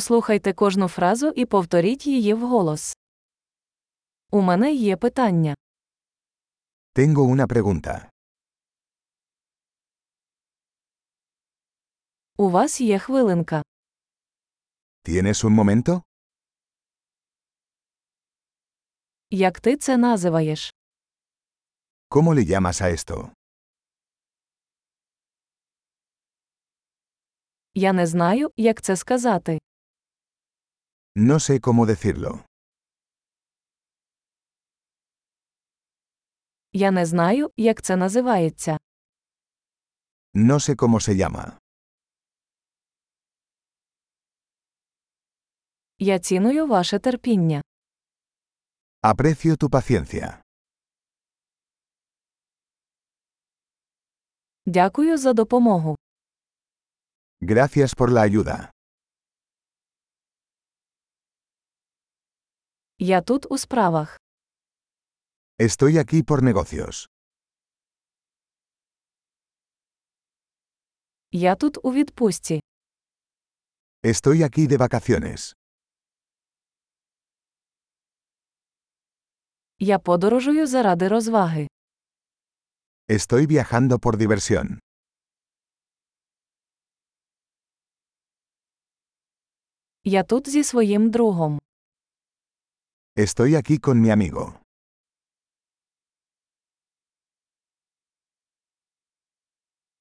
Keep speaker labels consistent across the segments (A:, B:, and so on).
A: Послухайте кожну фразу і повторіть її вголос. У мене є питання.
B: Tengo una pregunta.
A: У вас є хвилинка.
B: ¿Tienes un momento?
A: Як ти це називаєш?
B: ¿Cómo le llamas a esto?
A: Я не знаю, як це сказати.
B: No sé cómo decirlo.
A: Я не знаю, як це називається.
B: No sé cómo se llama.
A: Я ціную ваше терпіння.
B: Aprecio tu paciencia.
A: Дякую за допомогу.
B: Gracias por la ayuda.
A: Я тут у справах.
B: Estoy aquí por negocios.
A: Я тут у відпустці.
B: Estoy aquí de vacaciones.
A: Я подорожую заради розваги.
B: Estoy viajando por diversión.
A: Я тут зі своїм другом.
B: Estoy aquí con mi amigo.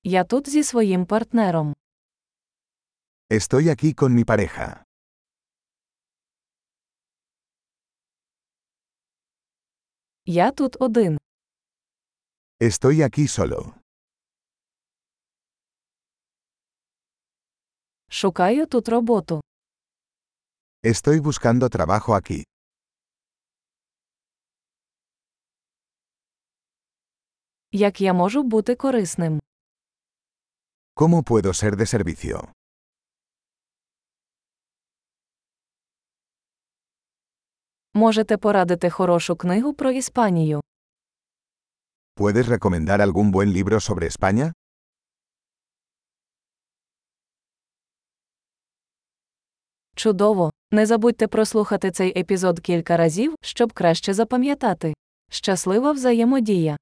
A: Я тут зі своїм партнером.
B: Estoy aquí con mi pareja.
A: Я тут один.
B: Estoy aquí solo.
A: Шукаю тут роботу.
B: Estoy buscando trabajo aquí.
A: Як я можу бути корисним?
B: ¿Cómo puedo ser de servicio?
A: Можете порадити хорошу книгу про Іспанію.
B: ¿Puedes recomendar algún buen libro sobre España?
A: Чудово! Не забудьте прослухати цей епізод кілька разів, щоб краще запам'ятати. Щаслива взаємодія!